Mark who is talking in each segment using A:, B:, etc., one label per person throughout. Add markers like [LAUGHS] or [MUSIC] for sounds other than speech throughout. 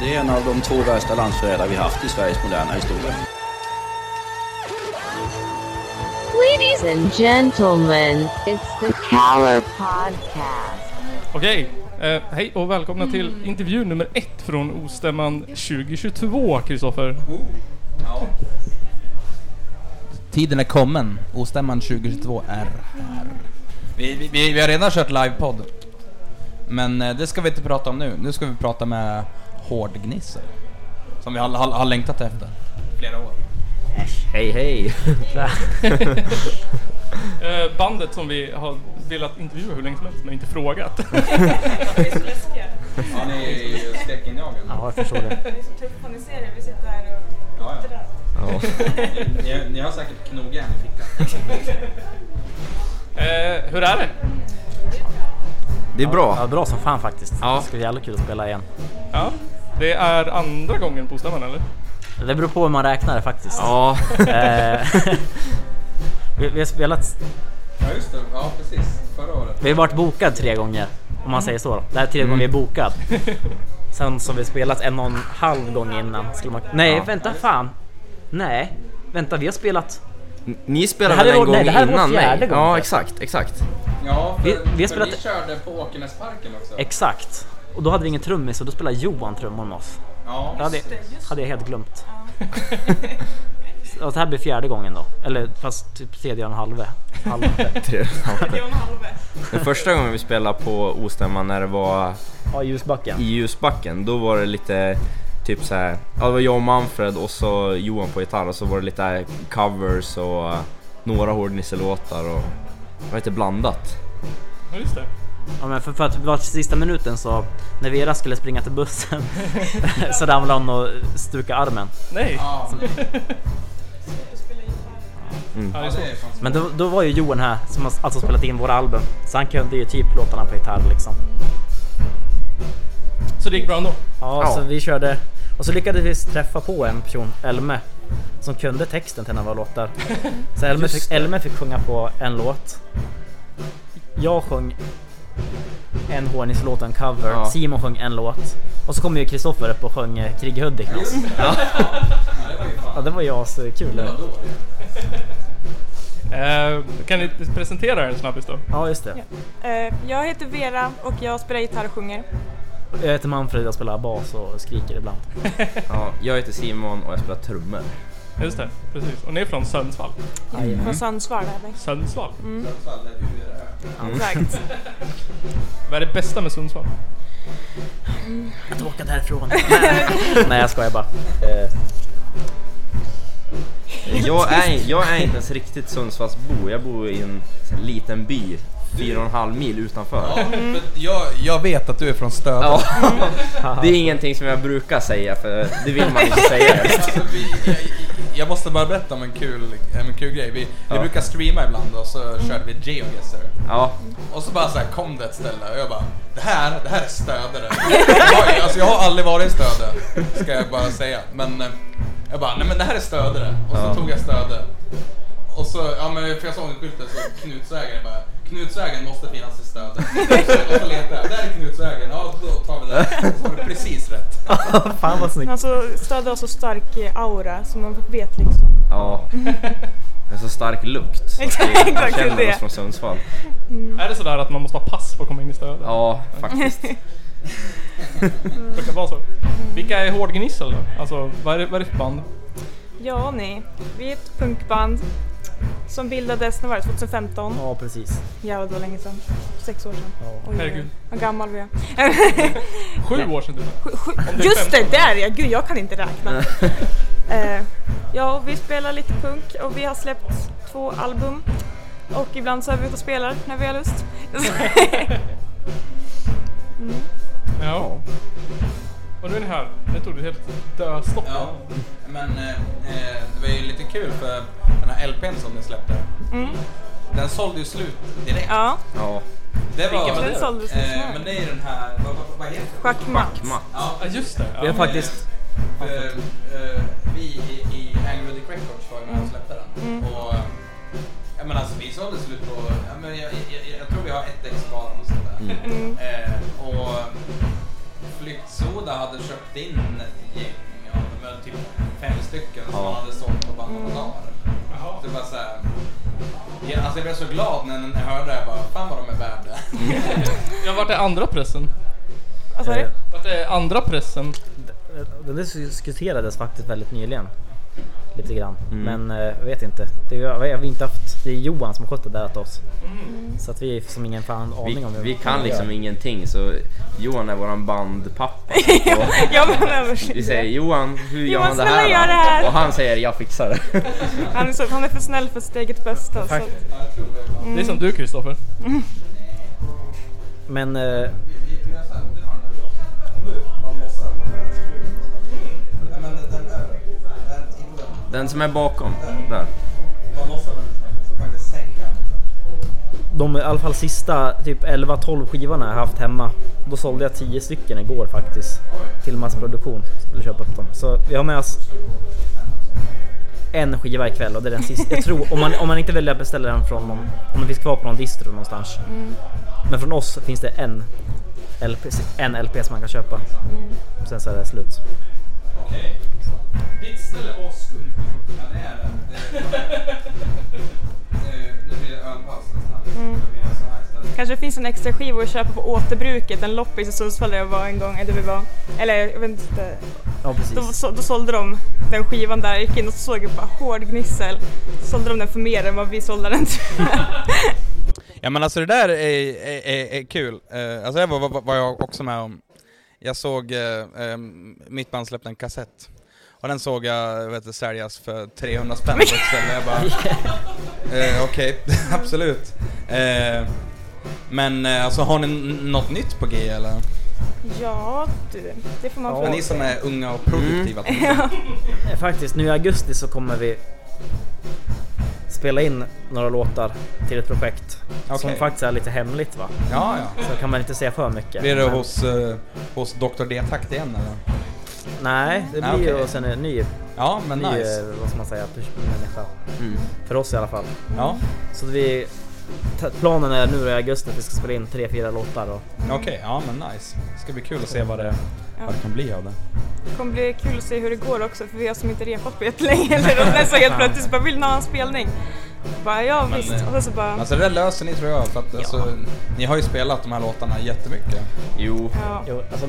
A: Det är en av de två värsta landsförrädare vi haft i Sveriges moderna historia.
B: Ladies and gentlemen, it's the Power Podcast.
C: Okej, eh, hej och välkomna till intervju nummer ett från Ostämman 2022, Kristoffer.
D: Tiden är kommen. Ostämman 2022 är här. Vi, vi- vi, vi har redan kört livepodd. Men eh, det ska vi inte prata om nu. Nu ska vi prata med Hårdgnissel. Som vi har, har, har längtat efter. Flera år.
E: Hej hej!
C: Eh, bandet som vi har velat intervjua hur länge som helst, men inte frågat. [LAUGHS]
D: Ja, ni är ju skräckinjagande.
E: Ja, jag förstår det.
F: Ni som tuffa, ni ser det. Vi sitter här och
D: Ja, ja.
F: sådär.
E: Ja.
D: Ni, ni, ni har säkert knogjärn i fickan.
C: Eh, hur är det?
A: Det är
E: Ja,
A: bra.
E: bra som fan faktiskt.
C: Ja.
E: Det ska bli jävla kul att spela igen.
C: Ja, det är andra gången på Ostämman, eller?
E: Det beror på hur man räknar det faktiskt.
G: Ja,
E: Eh, [LAUGHS] vi, vi har spelat...
D: Ja, just det. Ja, precis. Förra året.
E: Vi har varit bokad tre gånger. Om man säger så då. Det här är tredje gången vi är bokad. Sen så har vi spelat en och en halv gång innan. Skulle man... Nej, vänta fan! Nej, vänta vi har spelat...
G: ni
E: Det här
G: spelade
E: är
G: väl en
E: vår-
G: gång
E: nej, det här är vår
G: innan
E: fjärde gång, tror
G: Ja,
E: jag.
G: exakt, exakt.
D: Ja, för,
E: Vi-
D: vi,
E: vi har spelat-
D: för ni körde på Åkernäsparken också.
E: Exakt! Och då hade vi ingen trummis och då spelade Johan trummor med oss.
D: Ja,
E: Det hade, hade jag helt glömt. [LAUGHS] Och det här blir fjärde gången då. Eller fast typ tredje och en halve.
G: [LAUGHS]
E: halve.
F: Det var en halv.
G: Den första gången vi spelade på Ostämman när det var
E: Ja, ljusbacken.
G: i ljusbacken, då var det lite typ så här. Ja, det var jag och Manfred och så Johan på gitarr och så var det lite covers och eh, några hårdnisselåtar och det var lite blandat.
C: Ja, just det.
E: Ja, men för, för att det var sista minuten så när Vera skulle springa till bussen [LAUGHS] så ramlade hon och stukade armen.
C: Nej.
D: ja,
F: Du spelar gitarr.
C: Ja, det är
D: ja
C: så.
D: det är fan så.
E: Men då, då var ju Johan här som har alltså spelat in våra album. Så han kunde ju typ låtarna på gitarr liksom.
C: så det gick bra ändå?
E: Ja,
G: Ja.
E: så vi körde. Och så lyckades vi träffa på en person, Elme, som kunde texten till en av våra låtar. Så Elme, fick, Elme fick sjunga på en låt. Jag sjöng en Hornis-låt, en cover.
G: Ja.
E: Simon sjöng en låt. Och så kom ju Kristoffer upp och sjöng eh, Krig i Hudik. med oss.
D: Ja, det var ju fan.
E: Ja, det var ju askul.
D: Det var då.
C: Eh, kan ni presentera er snabbis då?
E: Ja, just det.
F: Eh, Jag heter Vera och jag spelar gitarr och sjunger.
E: Jag heter Manfred, jag spelar bas och skriker ibland.
G: Ja, jag heter Simon och jag spelar trummor.
C: Just det, precis. Och ni är från Sundsvall?
F: Från Sundsvall är vi.
C: Sundsvall?
D: Sundsvall är URÖ.
F: Exakt.
C: Vad är det bästa med Sundsvall?
E: Att åka därifrån. Nej, jag skojar bara. Eh,
G: Jag är, jag är inte ens riktigt Sundsvallsbo, jag bor i en sån här liten by fyra och en halv mil utanför.
D: Mm. Jag, jag vet att du är från Stöde.
G: Ja. [LAUGHS] Det är ingenting som jag brukar säga för det vill man inte säga.
D: Alltså, vi, jag, jag måste bara berätta om en kul, en kul grej. Vi, vi
G: Ja.
D: brukar streama ibland och så körde vi GeoGuessr.
G: Ja,
D: Och så bara så här kom det ett ställe och jag bara Det här, det här är Stödare. jag, alltså jag har aldrig varit i Stöde, ska jag bara säga. Men eh, jag bara, nej men det här är Stödare. Och så
G: Ja.
D: tog jag Stöde. Och så, ja men för jag såg en skylt där det stod Knutsvägen. Jag bara, Knutsvägen måste finnas i Stöde. Och så letade jag, där är Knutsvägen, ja då tar vi det. Och så var det precis rätt.
E: Fan vad snyggt.
F: Men alltså stödde har så stark eh, aura så man vet liksom.
G: ja. Det är så
F: [LAUGHS]
G: stark lukt. så att
F: Exakt,
G: det- man
F: exakt,
G: känner
F: det.
G: oss från Sundsvall.
C: Är det sådär att man måste ha pass för att komma in i Stöde?
G: Ja, faktiskt.
C: Det brukar vara så. Vilka är Hårdgnissel då? Alltså, vad är det, vad är det för band?
F: Ja ni, vi är ett punkband som bildades, när var det? 2015?
E: Ja, precis.
F: Jävlar det var länge sedan. Sex år sedan.
E: Ja.
F: Oj,
C: Herregud.
F: Vad gammal vi är.
C: Sju år sedan typ.
F: Sju- sju-
C: det är
F: Just det,
C: 15.
F: där ja! Gud, jag kan inte räkna. [LAUGHS] Eh, ja, och vi spelar lite punk och vi har släppt två album. Och ibland så är vi ute och spelar när vi har lust. [LAUGHS]
C: Ja. Och nu är ni här. Nu tog det helt döstopp.
D: Ja, men eh, eh, det var ju lite kul för den här LPn som ni släppte. Den sålde ju slut direkt.
F: ja,
G: Ja.
D: Det var,
C: Vilken var det? Den
F: sålde slut snabbt.
D: eh, Men det är ju den här, vad, vad, vad heter den?
F: schackmatt.
G: Matt.
D: Ja,
C: Ja, just det.
E: Vi har
C: Ja.
E: faktiskt...
D: eh, eh, vi i, i Angry Dick Records var ju med och släppte den. Och eh, jag menar alltså vi sålde slut på, ja, men jag, jag, jag, jag tror vi har ett ex kvar och sådär. Eh, och flyktsodan Frölunda hade köpt in ett gäng, ja, de var typ fem stycken som
G: Ja.
D: man hade sålt på bara några dagar. Det var så här, ja, alltså jag blev så glad när när jag hörde det, jag bara fan vad de är värda.
C: Ja, vart är andra pressen?
F: Vad sa du?
E: Eh,
C: Vart är andra pressen?
E: Den diskuterades faktiskt väldigt nyligen. Lite grann.
G: Mm.
E: Men eh, jag vet inte. Det är, vi har inte haft, det är Johan som har skött det där åt oss. Så att vi är som ingen fan aning
G: Mm. Vi,
E: om hur
G: vi
E: man
G: kan
E: gör.
G: liksom ingenting så Johan är
F: [LAUGHS]
G: våran bandpappa.
F: Jag var överskriven.
G: Vi säger Johan, hur gör
F: Johan,
G: man det
F: snälla
G: här,
F: gör
G: då?"
F: det här.
G: Och han säger jag fixar det.
F: Han är, så, han är för snäll för sitt eget bästa. Så. att-
C: Det är som du Kristoffer.
E: Men eh,
G: Den som är bakom. Där.
E: de i alla fall sista typ 11-12 skivorna jag haft hemma. Då sålde jag 10 stycken igår faktiskt. Till massproduktion. Skulle köpa upp dem. Så vi har med oss en skiva ikväll och det är den sista. Jag tror, om man, om man inte väljer att beställa den från någon, om den finns kvar på någon distro någonstans. Men från oss finns det en LP, en LP som man kan köpa. Sen så är det slut.
D: Ditt ställe var skumt. Ja det är det. det [LAUGHS] är... Nu blir det ölpaus nästan.
F: Kanske finns en extra skiva att köpa på återbruket, en loppis i Sundsvall där jag var en gång. Eller, vi var, eller jag vet inte.
E: Ja
F: Då,
E: precis.
F: så, då sålde de den skivan där, jag gick in och såg jag bara hård gnissel. Sålde de den för mer än vad vi sålde den till.
D: Ja men alltså det där är, är, är, är kul. Eh, alltså det var, var, var jag också med om. Jag såg, eh, eh, mitt band släppte en kassett. Och den såg jag vet, du, säljas för 300 spänn på ett ställe. Jag bara, eh, okej, [LAUGHS] absolut. Eh, men eh, alltså har ni n- något nytt på G eller?
F: ja du, det får man
E: Ja,
F: fråga.
D: ni som är unga och produktiva. tänker jag.
E: Eh, Faktiskt, nu i augusti så kommer vi spela in några låtar till ett projekt. Som
D: Okej.
E: faktiskt är lite hemligt va.
D: Ja, ja.
E: Så kan man inte säga för mycket.
D: Blir det
E: Men-
D: hos, eh, hos Dr. D-takt igen eller?
E: Nej, det blir
D: Ah,
E: ju
D: okej.
E: och sen en ny,
D: Ja, men
E: ny
D: nice. Mm.
E: eh, vad ska man säga, pers- människa. För oss i alla fall.
D: Ja,
E: Så att vi, ta- planen är nu i augusti att vi ska spela in tre, fyra låtar och
D: okej. Ja, men nice. Det ska bli kul att se vad det, vad det kan bli av det.
F: Det kommer bli kul att se hur det går också för vi har som inte repat på jättelänge. Eller de nästan helt plötsligt så bara vill ni ha en spelning? Bara ja
D: Men,
F: visst.
D: eh,
F: Och sen så bara
D: Alltså det där löser ni tror jag, för att alltså, ni har ju spelat de här låtarna jättemycket.
G: Jo,
F: ja.
E: jo, alltså,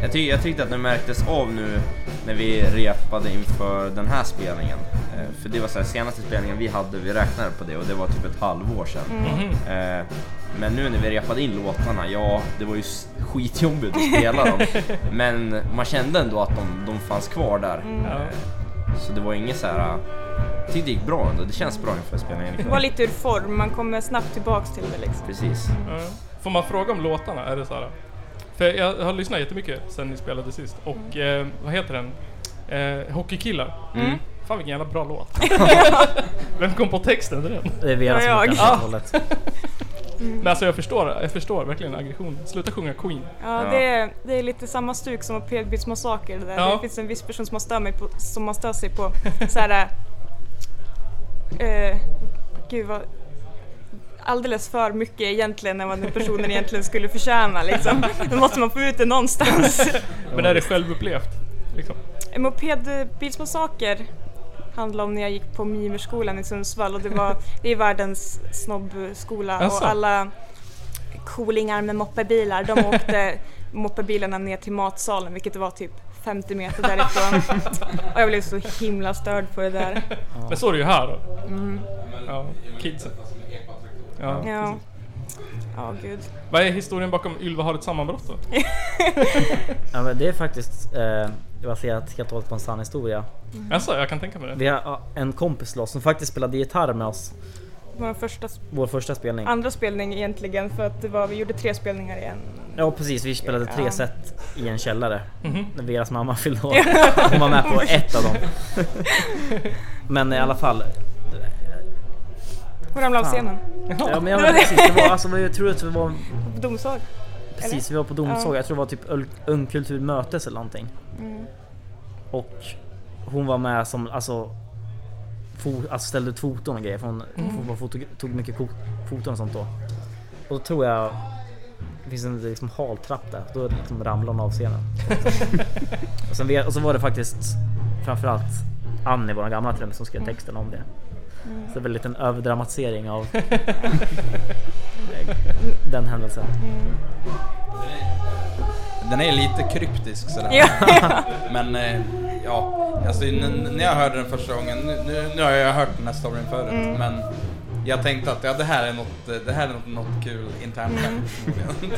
G: jag, ty- jag tyckte att det märktes av nu när vi repade inför den här spelningen. Eh, för det var så här, senaste spelningen vi hade, vi räknade på det och det var typ ett halvår sedan.
F: Mm.
G: Eh, men nu när vi repade in låtarna, ja det var ju s- skitjobbigt att
F: [LAUGHS]
G: spela dem. Men man kände ändå att de, de fanns kvar där.
F: Mm.
G: Eh, så det var inget så här. eh, Jag tyckte det gick bra ändå, det känns bra inför spelningen
F: Det var
G: ikväll.
F: lite ur form, man kommer snabbt tillbaks till det liksom.
G: Precis.
C: Ja. Får man fråga om låtarna? Är det så här? För jag har lyssnat jättemycket sen ni spelade sist och eh, vad heter den? Eh, Hockeykillar.
G: Mm.
C: Fan vilken jävla bra låt. Vem kom på texten till den?
E: det är Vera
F: Ja,
E: som
F: jag.
E: har kanske
C: Ah.
E: hållet.
C: Men alltså jag förstår, jag förstår verkligen aggressionen. Sluta sjunga Queen.
F: Ja,
G: Ja.
F: Det, är, det är lite samma stuk som Pedbits massaker. Där.
C: Ja.
F: Det finns en viss person som man stör, mig på, som man stör sig på. Så här, eh, gud vad, alldeles för mycket egentligen än vad den personen egentligen skulle förtjäna. Liksom. Då måste man få ut det någonstans.
C: Men är det självupplevt? Liksom.
F: En Mopedbilsmassaker handlar om när jag gick på Mimerskolan i Sundsvall och det var det är världens snobbskola
C: Jaså?
F: och alla coolingar med moppebilar de åkte moppebilarna ner till matsalen vilket var typ 50 meter därifrån och jag blev så himla störd på det där.
C: Men så är det ju här då. Ja, kidsen. Ja.
F: Mm. Ja, ja gud.
C: Vad är historien bakom Ylva har ett sammanbrott då?
E: Ja, men det är faktiskt eh, baserat helt och hållet på en sann historia.
C: Jaså, jag kan tänka mig det.
E: Vi har ja, en kompis till oss som faktiskt spelade gitarr med oss,
F: Vår första, sp-
E: vår första spelning.
F: andra spelning egentligen för att det var, vi gjorde tre spelningar i en.
E: Ja precis, vi spelade tre
F: Ja.
E: set i en källare. När Veras mamma fyllde år. Hon var med på ett av dem. Men i alla fall.
F: Hon ramlade av
E: Fan.
F: scenen.
E: Ja, men jag, var- precis, det var, alltså, jag tror att vi var
F: Domsag.
E: Precis, vi var på domsaga. Jag tror det var typ Öl- Ungkultur mötes eller någonting. Och hon var med som, alltså, fo- alltså ställde ut foton och grejer. För hon, hon var foto- tog mycket ko- foton och sånt då. Och då tror jag Det finns en liksom haltrapp där, då liksom ramlade hon av scenen. och, sen, vet- och så var det faktiskt framförallt Annie, vår gamla trummis, som skrev texten om det. Så det var en liten överdramatisering av den händelsen.
D: Den är lite kryptisk sådär.
F: Ja,
D: [LAUGHS] Men eh, ja, alltså, n- när jag hörde den första gången, nu, nu, nu har jag hört den här storyn förut, men jag tänkte att ja, det här är något, eh, det här är något, något kul internt skämt. förmodligen.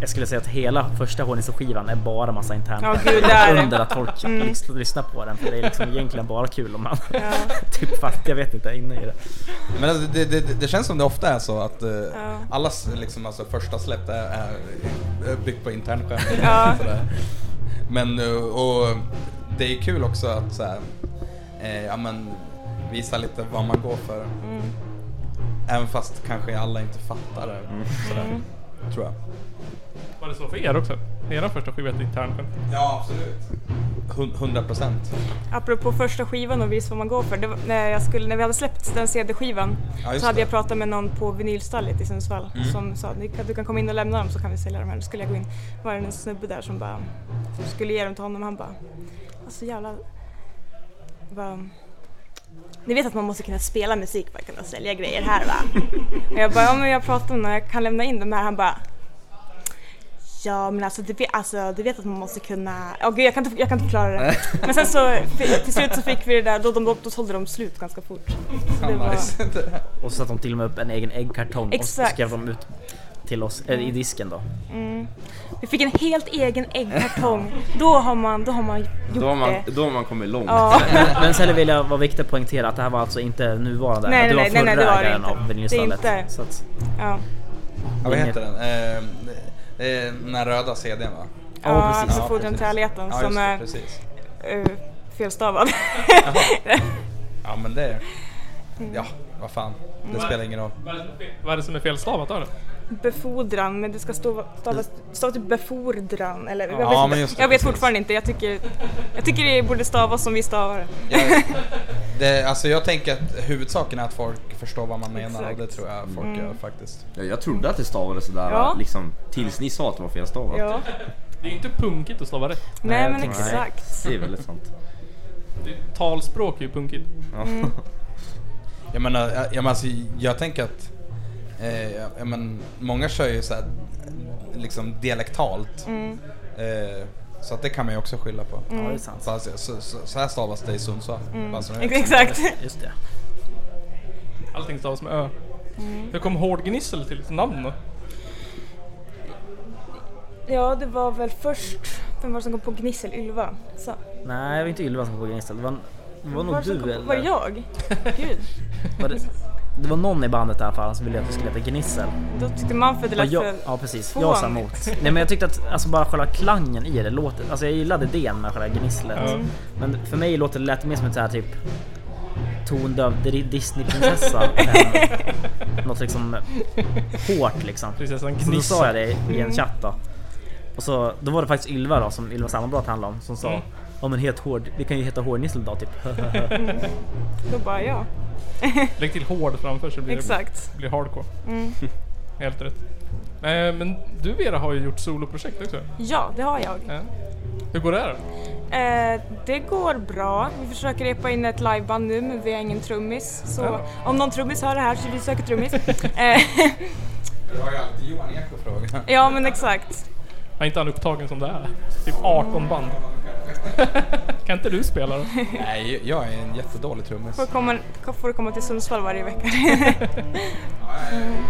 E: Jag skulle säga att hela första Hårnisse-skivan är bara massa internt
F: Ja, gud, det är det.
E: under att folk
F: Mm.
E: lys- lyssnar på den. För det är liksom egentligen bara kul om man
F: ja,
E: [LAUGHS] typ fast jag vet inte, är inne i det.
D: Men alltså, det, det, det känns som det ofta är så att eh,
F: Ja.
D: allas liksom, alltså, första släpp är, är, är byggt på internskämt.
F: Ja.
D: Sådär. Men eh, och det är kul också att såhär, eh, ja, men, visa lite vad man går för.
F: Mm.
D: Även fast kanske alla inte fattar det.
F: Mm.
D: Sådär, tror jag.
C: Var det så för er också? Er första skiva är ett internskämt.
D: Ja, absolut. 100 procent.
F: apropå första skivan och vis vad man går för. Det var, när, jag skulle, när vi hade släppt den CD-skivan
D: Ja, just
F: så hade
D: det. Mm.
F: jag pratat med någon på vinylstallet i Sundsvall som sa "Ni kan- du kan komma in och lämna dem så kan vi sälja dem här. Då skulle jag gå in. var det en snubbe där som bara som skulle ge dem till honom. Han bara, alltså jävla... Bara, ni vet att man måste kunna spela musik för att kunna sälja grejer här va? Och jag bara, ja men jag pratade med någon, jag kan lämna in dem här. Han bara, Ja men alltså du vet, alltså, du vet att man måste kunna, åh gud jag kan, inte, jag kan inte
D: [LAUGHS]
F: förklara det. Men sen så f- till slut så fick vi det där, då, de, då sålde de slut ganska fort. Så det var,
D: nice.
E: Och så satte de till och med upp en egen äggkartong och
F: Exakt.
E: skrev de ut till oss eh, i disken då.
F: vi fick en helt egen äggkartong. Då har man, då har man gjort
G: Då har man,
F: det.
G: då har man kommit långt.
F: Ja.
E: Men sen vill jag vara viktig att poängtera att det här var alltså inte nuvarande
F: Nej,
E: ägaren,
F: nej,
E: det var
F: nej, nej,
E: förra
F: det var det
E: ägaren
F: inte.
E: av vinylstallet.
F: Det är inte-
E: Så att,
F: Ja,
D: Ja, vad heter den? Eh, eh, den här röda CDn va?
E: Ja,
F: ja
E: precis.
F: alltså
D: Ja,
F: fodren till
D: precis.
F: allheten
D: Ja,
F: som
D: just det,
F: är
D: precis.
F: eh, felstavad.
D: Ja, men det... Ja, vad fan. Det spelar ingen roll.
C: Vad är det som är fel- Vad är det som är felstavat av det?
F: [LAUGHS] Befordran, men det ska stå, stavas, stå typ befordran eller jag
D: Ja,
F: vet,
D: men
F: inte.
D: just det,
F: jag vet
D: precis.
F: fortfarande inte. Jag tycker, jag tycker det borde stavas som vi stavar det.
D: Jag, det, alltså jag tänker att huvudsaken är att folk förstår vad man menar och
F: Exakt.
D: det tror jag folk gör faktiskt.
G: Jag, jag trodde att det stavades sådär
F: Ja.
G: liksom, tills ni sa att det var felstavat.
F: Ja.
C: Det är ju inte punkigt att stava rätt.
F: Nej men
G: jag tror-
F: exakt. [LAUGHS]
G: Det är väldigt sant.
C: Det- Talspråk är ju punkigt.
G: Ja.
F: Mm.
D: Jag menar, jag, jag, menar, alltså, jag tänker att eh, jag, jag men, många kör ju så här, liksom dialektalt. Eh, så att det kan man ju också skylla på.
E: ja, det är sant.
D: Så, alltså, så, så, så här stavas det i Sundsvall. Bara så nu.
F: Exakt.
E: Just det.
C: Allting stavas med ö.
F: Mm.
C: Hur kom hårdgnissel till sitt namn då?
F: Ja, det var väl först, vem var det som kom på Gnissel? Ylva? Så,
E: Nej, det var inte Ylva som var på Gnista. Det var, det var
F: var
E: nog
F: det som
E: du
F: kom,
E: eller?
F: Var det jag? Gud,
E: Var det, det var någon i bandet i alla fall som ville att vi skulle heta Gnissel.
F: då tyckte man för det
E: Och
F: lät
E: jag,
F: för...
E: ja precis,
F: Fån.
E: jag sa emot. Nej men jag tyckte att alltså, bara själva klangen i det låter, alltså jag gillade idén med själva gnisslet.
C: Mm.
E: Men för mig låter det lät mer som ett så här typ tondöv Dri- Disneyprinsessa. än något liksom hårt liksom.
C: Prinsessan
E: Så då sa
C: Gnissel.
E: jag det i en chatt då. Och så, då var det faktiskt Ylva då, som Ylva Sandblad handlade om, som sa
C: Mm.
E: Ja men helt hård, vi kan ju heta hårdnissel då typ.
F: Då bara ja.
C: Lägg till hård framför så blir
F: Exakt.
C: det blir hardcore.
F: Mm.
C: Helt rätt. Eh, men du Vera har ju gjort soloprojekt också.
F: Ja, det har jag.
C: Ja. Hur går det här då?
F: Eh, det går bra. Vi försöker repa in ett liveband nu men vi har ingen trummis. Så
C: Ja.
F: om någon trummis hör det här så vi söker trummis. Eh, [LAUGHS]
D: Jag har ju alltid Johan Ek på frågan.
F: ja men exakt.
C: Är inte han upptagen som det är? Typ 18 band. kan inte du spela då?
D: Nej, jag är en jättedålig trummis.
F: Får komma, får komma till Sundsvall varje vecka. [LAUGHS]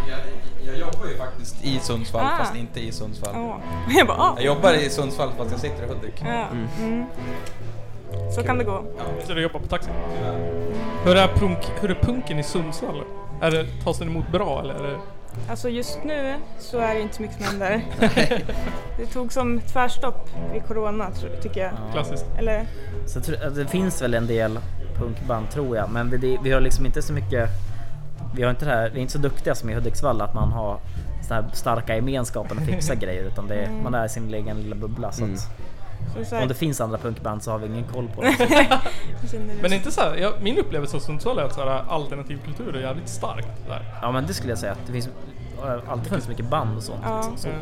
D: Jag, jag jobbar ju faktiskt i Sundsvall
F: Ah.
D: fast inte i Sundsvall.
F: Ja. Jag bara ah.
D: Jag jobbar i Sundsvall fast jag sitter i Hudik.
F: Ja. Mm. Så kan det gå.
C: Så du jobbar på taxi? Hur är, punk, hur är punken i Sundsvall? Är det, tas den emot bra eller? Är det,
F: Alltså just nu så är det inte så mycket som händer. [LAUGHS] det tog som tvärstopp vid corona tror- tycker jag.
C: Klassiskt.
F: Eller
E: Så jag tror, att det finns väl en del punkband tror jag, men vi, det, vi har liksom inte så mycket vi, har inte det här, vi är inte så duktiga som i Hudiksvall att man har så här starka gemenskapen och fixar grejer utan det är, man är i sin egen lilla bubbla. Så att
F: Så så
E: Om
F: här,
E: det finns andra punkband så har vi ingen koll på det.
F: känner du-
C: Men inte så här, jag, min upplevelse av Sundsvall är att så här, alternativ kultur är jävligt starkt där.
E: Ja men det skulle jag säga. att Det finns äh, alltid finns mycket band och sånt.
F: Ja.
E: Liksom, så.
C: Eh,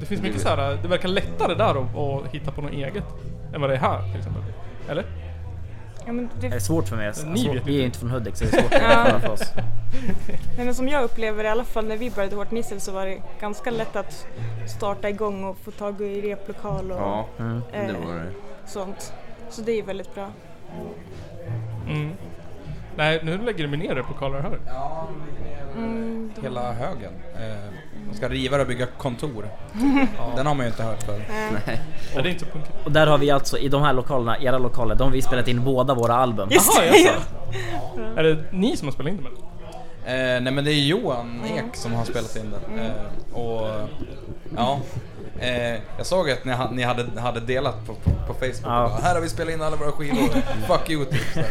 C: Det finns mycket så här, det verkar lättare där att, att hitta på något eget än vad det är här till exempel. Eller?
F: ja, men det,
E: Det är svårt för mig. Alltså,
C: Ni vet
E: vi är
C: ju.
E: ju inte från Hudik så det är svårt att jämföra för oss.
F: nej, men som jag upplever i alla fall när vi började Hårt Missel så var det ganska lätt att starta igång och få tag i replokal och
G: Ja,
E: Mm.
F: Eh.
G: det var det.
F: sånt. Så det är väldigt bra.
C: Mm. Nej, nu lägger du mig ner replokalen här.
D: Ja,
F: Mm, de-
D: hela högen. Eh, de ska riva det och bygga
F: [LAUGHS]
D: kontor. Den har man ju inte hört förr.
C: Nej, det är inte så punkigt.
E: Och där har vi alltså i de här lokalerna, era lokaler, de har vi spelat in båda våra album.
C: Jaha, jaså. Är det ni som har spelat in det med?
D: Eh, nej men det är Johan Ek som har spelat in den.
F: Mm.
D: Eh, och ja, eh, jag såg att ni, ha, ni hade, hade delat på, på, på Facebook.
E: Ja.
D: Och bara, här har vi spelat in alla våra
F: [LAUGHS]
D: skivor. Fuck you typ. så här.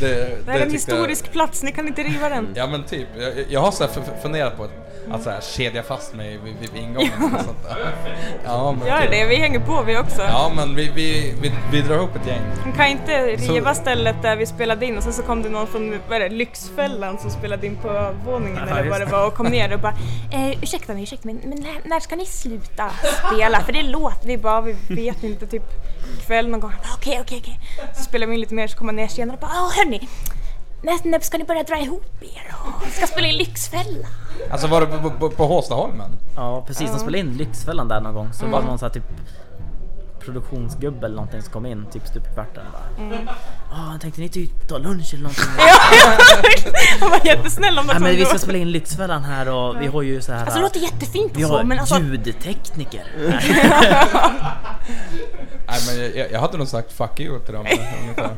D: Det,
F: Det här är en
D: tyckte jag-
F: historisk plats, ni kan inte riva den.
D: Ja men typ. Jag, jag har så här f- funderat på att, att så här, kedja fast mig vid, vid ingången. och sånt där.
F: [LAUGHS]
D: Ja, men,
F: Gör
D: typ.
F: det, vi hänger på vi också.
D: Ja men vi, vi, vi, vi drar ihop ett gäng.
F: De kan inte riva
D: Så-
F: stället där vi spelade in och sen så kom det någon från vad är det, Lyxfällan som spelade in på övervåningen
E: Ja,
F: eller vad
E: just
F: det
E: det.
F: var och kom ner och bara eh, ursäkta mig, ursäkta mig, men när, när ska ni sluta spela? För det låter, vi bara vi vet inte, typ kväll någon gång. Jag bara, Okej, okej, okej. Så spelar vi in lite mer så kommer man ner senare och bara "Ah, hörni, när, när ska ni börja dra ihop er och ska spela in Lyxfällan?
D: Alltså var det på, på, på Håstaholmen?
E: Ja precis, de spelade in Lyxfällan där någon gång
F: Mm.
E: så var det någon sån här typ produktionsgubbe eller någonting som kom in typ stup i kvarten och bara
F: Mm.
E: Ah, tänkte ni typ ta lunch eller
F: [LAUGHS]
E: någonting?
F: Han var jättesnäll om det.
E: Nej men
F: som
E: vi
F: det
E: ska
F: var.
E: spela in Lyxfällan här och vi har ju så här
F: Alltså det låter jättefint och
E: Vi
F: så men alltså
E: har ljudtekniker.
F: [LAUGHS]
D: Nej men jag- jag, jag hade nog sagt fuck you till
F: [LAUGHS]
D: dem ungefär.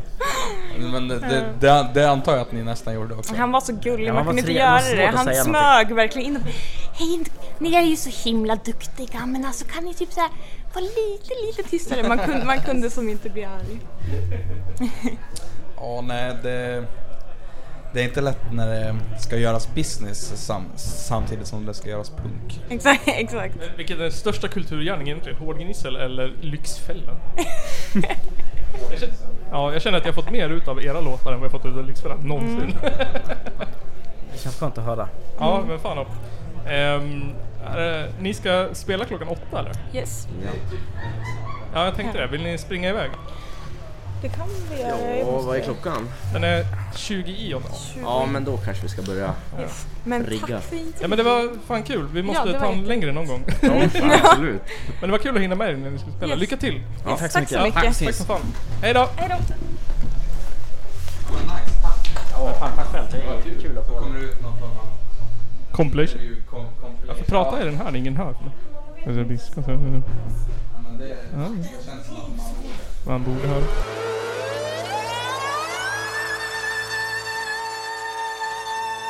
D: Men det, det, det, det antar jag att ni nästan gjorde också.
F: Han var så gullig,
E: Typ. Ja,
F: man
E: han var
F: kunde inte
E: trevlig, det var
F: göra
E: svårt
F: det.
E: att
F: Han
E: säga
F: smög verkligen in och bara, Hej, ni är ju så himla duktiga men alltså kan ni typ såhär vara lite, lite tystare? Man kunde, man kunde som inte bli arg.
D: Ja, nej det... Det är inte lätt när det ska göras business sam, samtidigt som det ska göras punk.
F: Exakt, exakt.
C: Vilken är den största kulturgärningen egentligen? Hårdgnissel eller
F: [LAUGHS]
C: Lyxfällan? Jag känner- Ja, jag känner att jag fått mer ut av era låtar än vad jag fått ut av Lyxfällan någonsin.
F: Mm.
E: Det känns skönt att höra.
C: [LAUGHS] ja, men fan upp. Ehm, är det- ni ska spela klockan åtta eller?
F: Yes.
C: Ja, jag tänkte det. Vill ni springa iväg?
F: Det kan vi göra.
G: Ja, vad är klockan?
C: Den är 20 i åtta.
G: Ja, men då kanske vi ska börja.
F: [LAUGHS] Men
G: Rigga.
F: tack för
C: Ja
F: intervjun.
C: men det var fan kul. Vi måste
F: det var
C: ta en
F: jättekul.
C: längre någon
F: [LAUGHS]
C: gång.
G: Absolut.
C: Men det var kul att hinna med er när ni skulle spela.
F: Yes.
C: Lycka till!
G: Ja.
E: Tack så
F: Tack
E: mycket.
F: så
G: Tack
F: mycket.
G: så
C: Tack som fan. Hej då!
F: Hej då.
D: Kommer du ut någon form av...
C: Compilation.
D: Kom, kom,
C: Varför pratar jag i den här när ingen hör? Alltså, det viskar så här.
D: Ja, men det,
C: Ja,
D: det känns som att man...
C: man borde höra.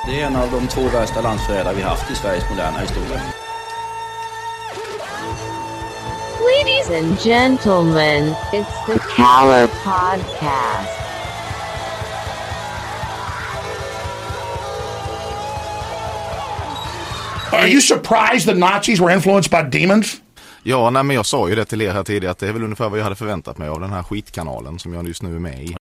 A: Det är en av de två värsta landsförrädare vi haft i Sveriges moderna historia.
B: Ladies and gentlemen, it's the Caller Podcast.
H: Are you surprised the Nazis were influenced by demons?
I: Ja, nej, men jag sa ju det till er här tidigare att det är väl ungefär vad jag hade förväntat mig av den här skitkanalen som jag just nu är med i.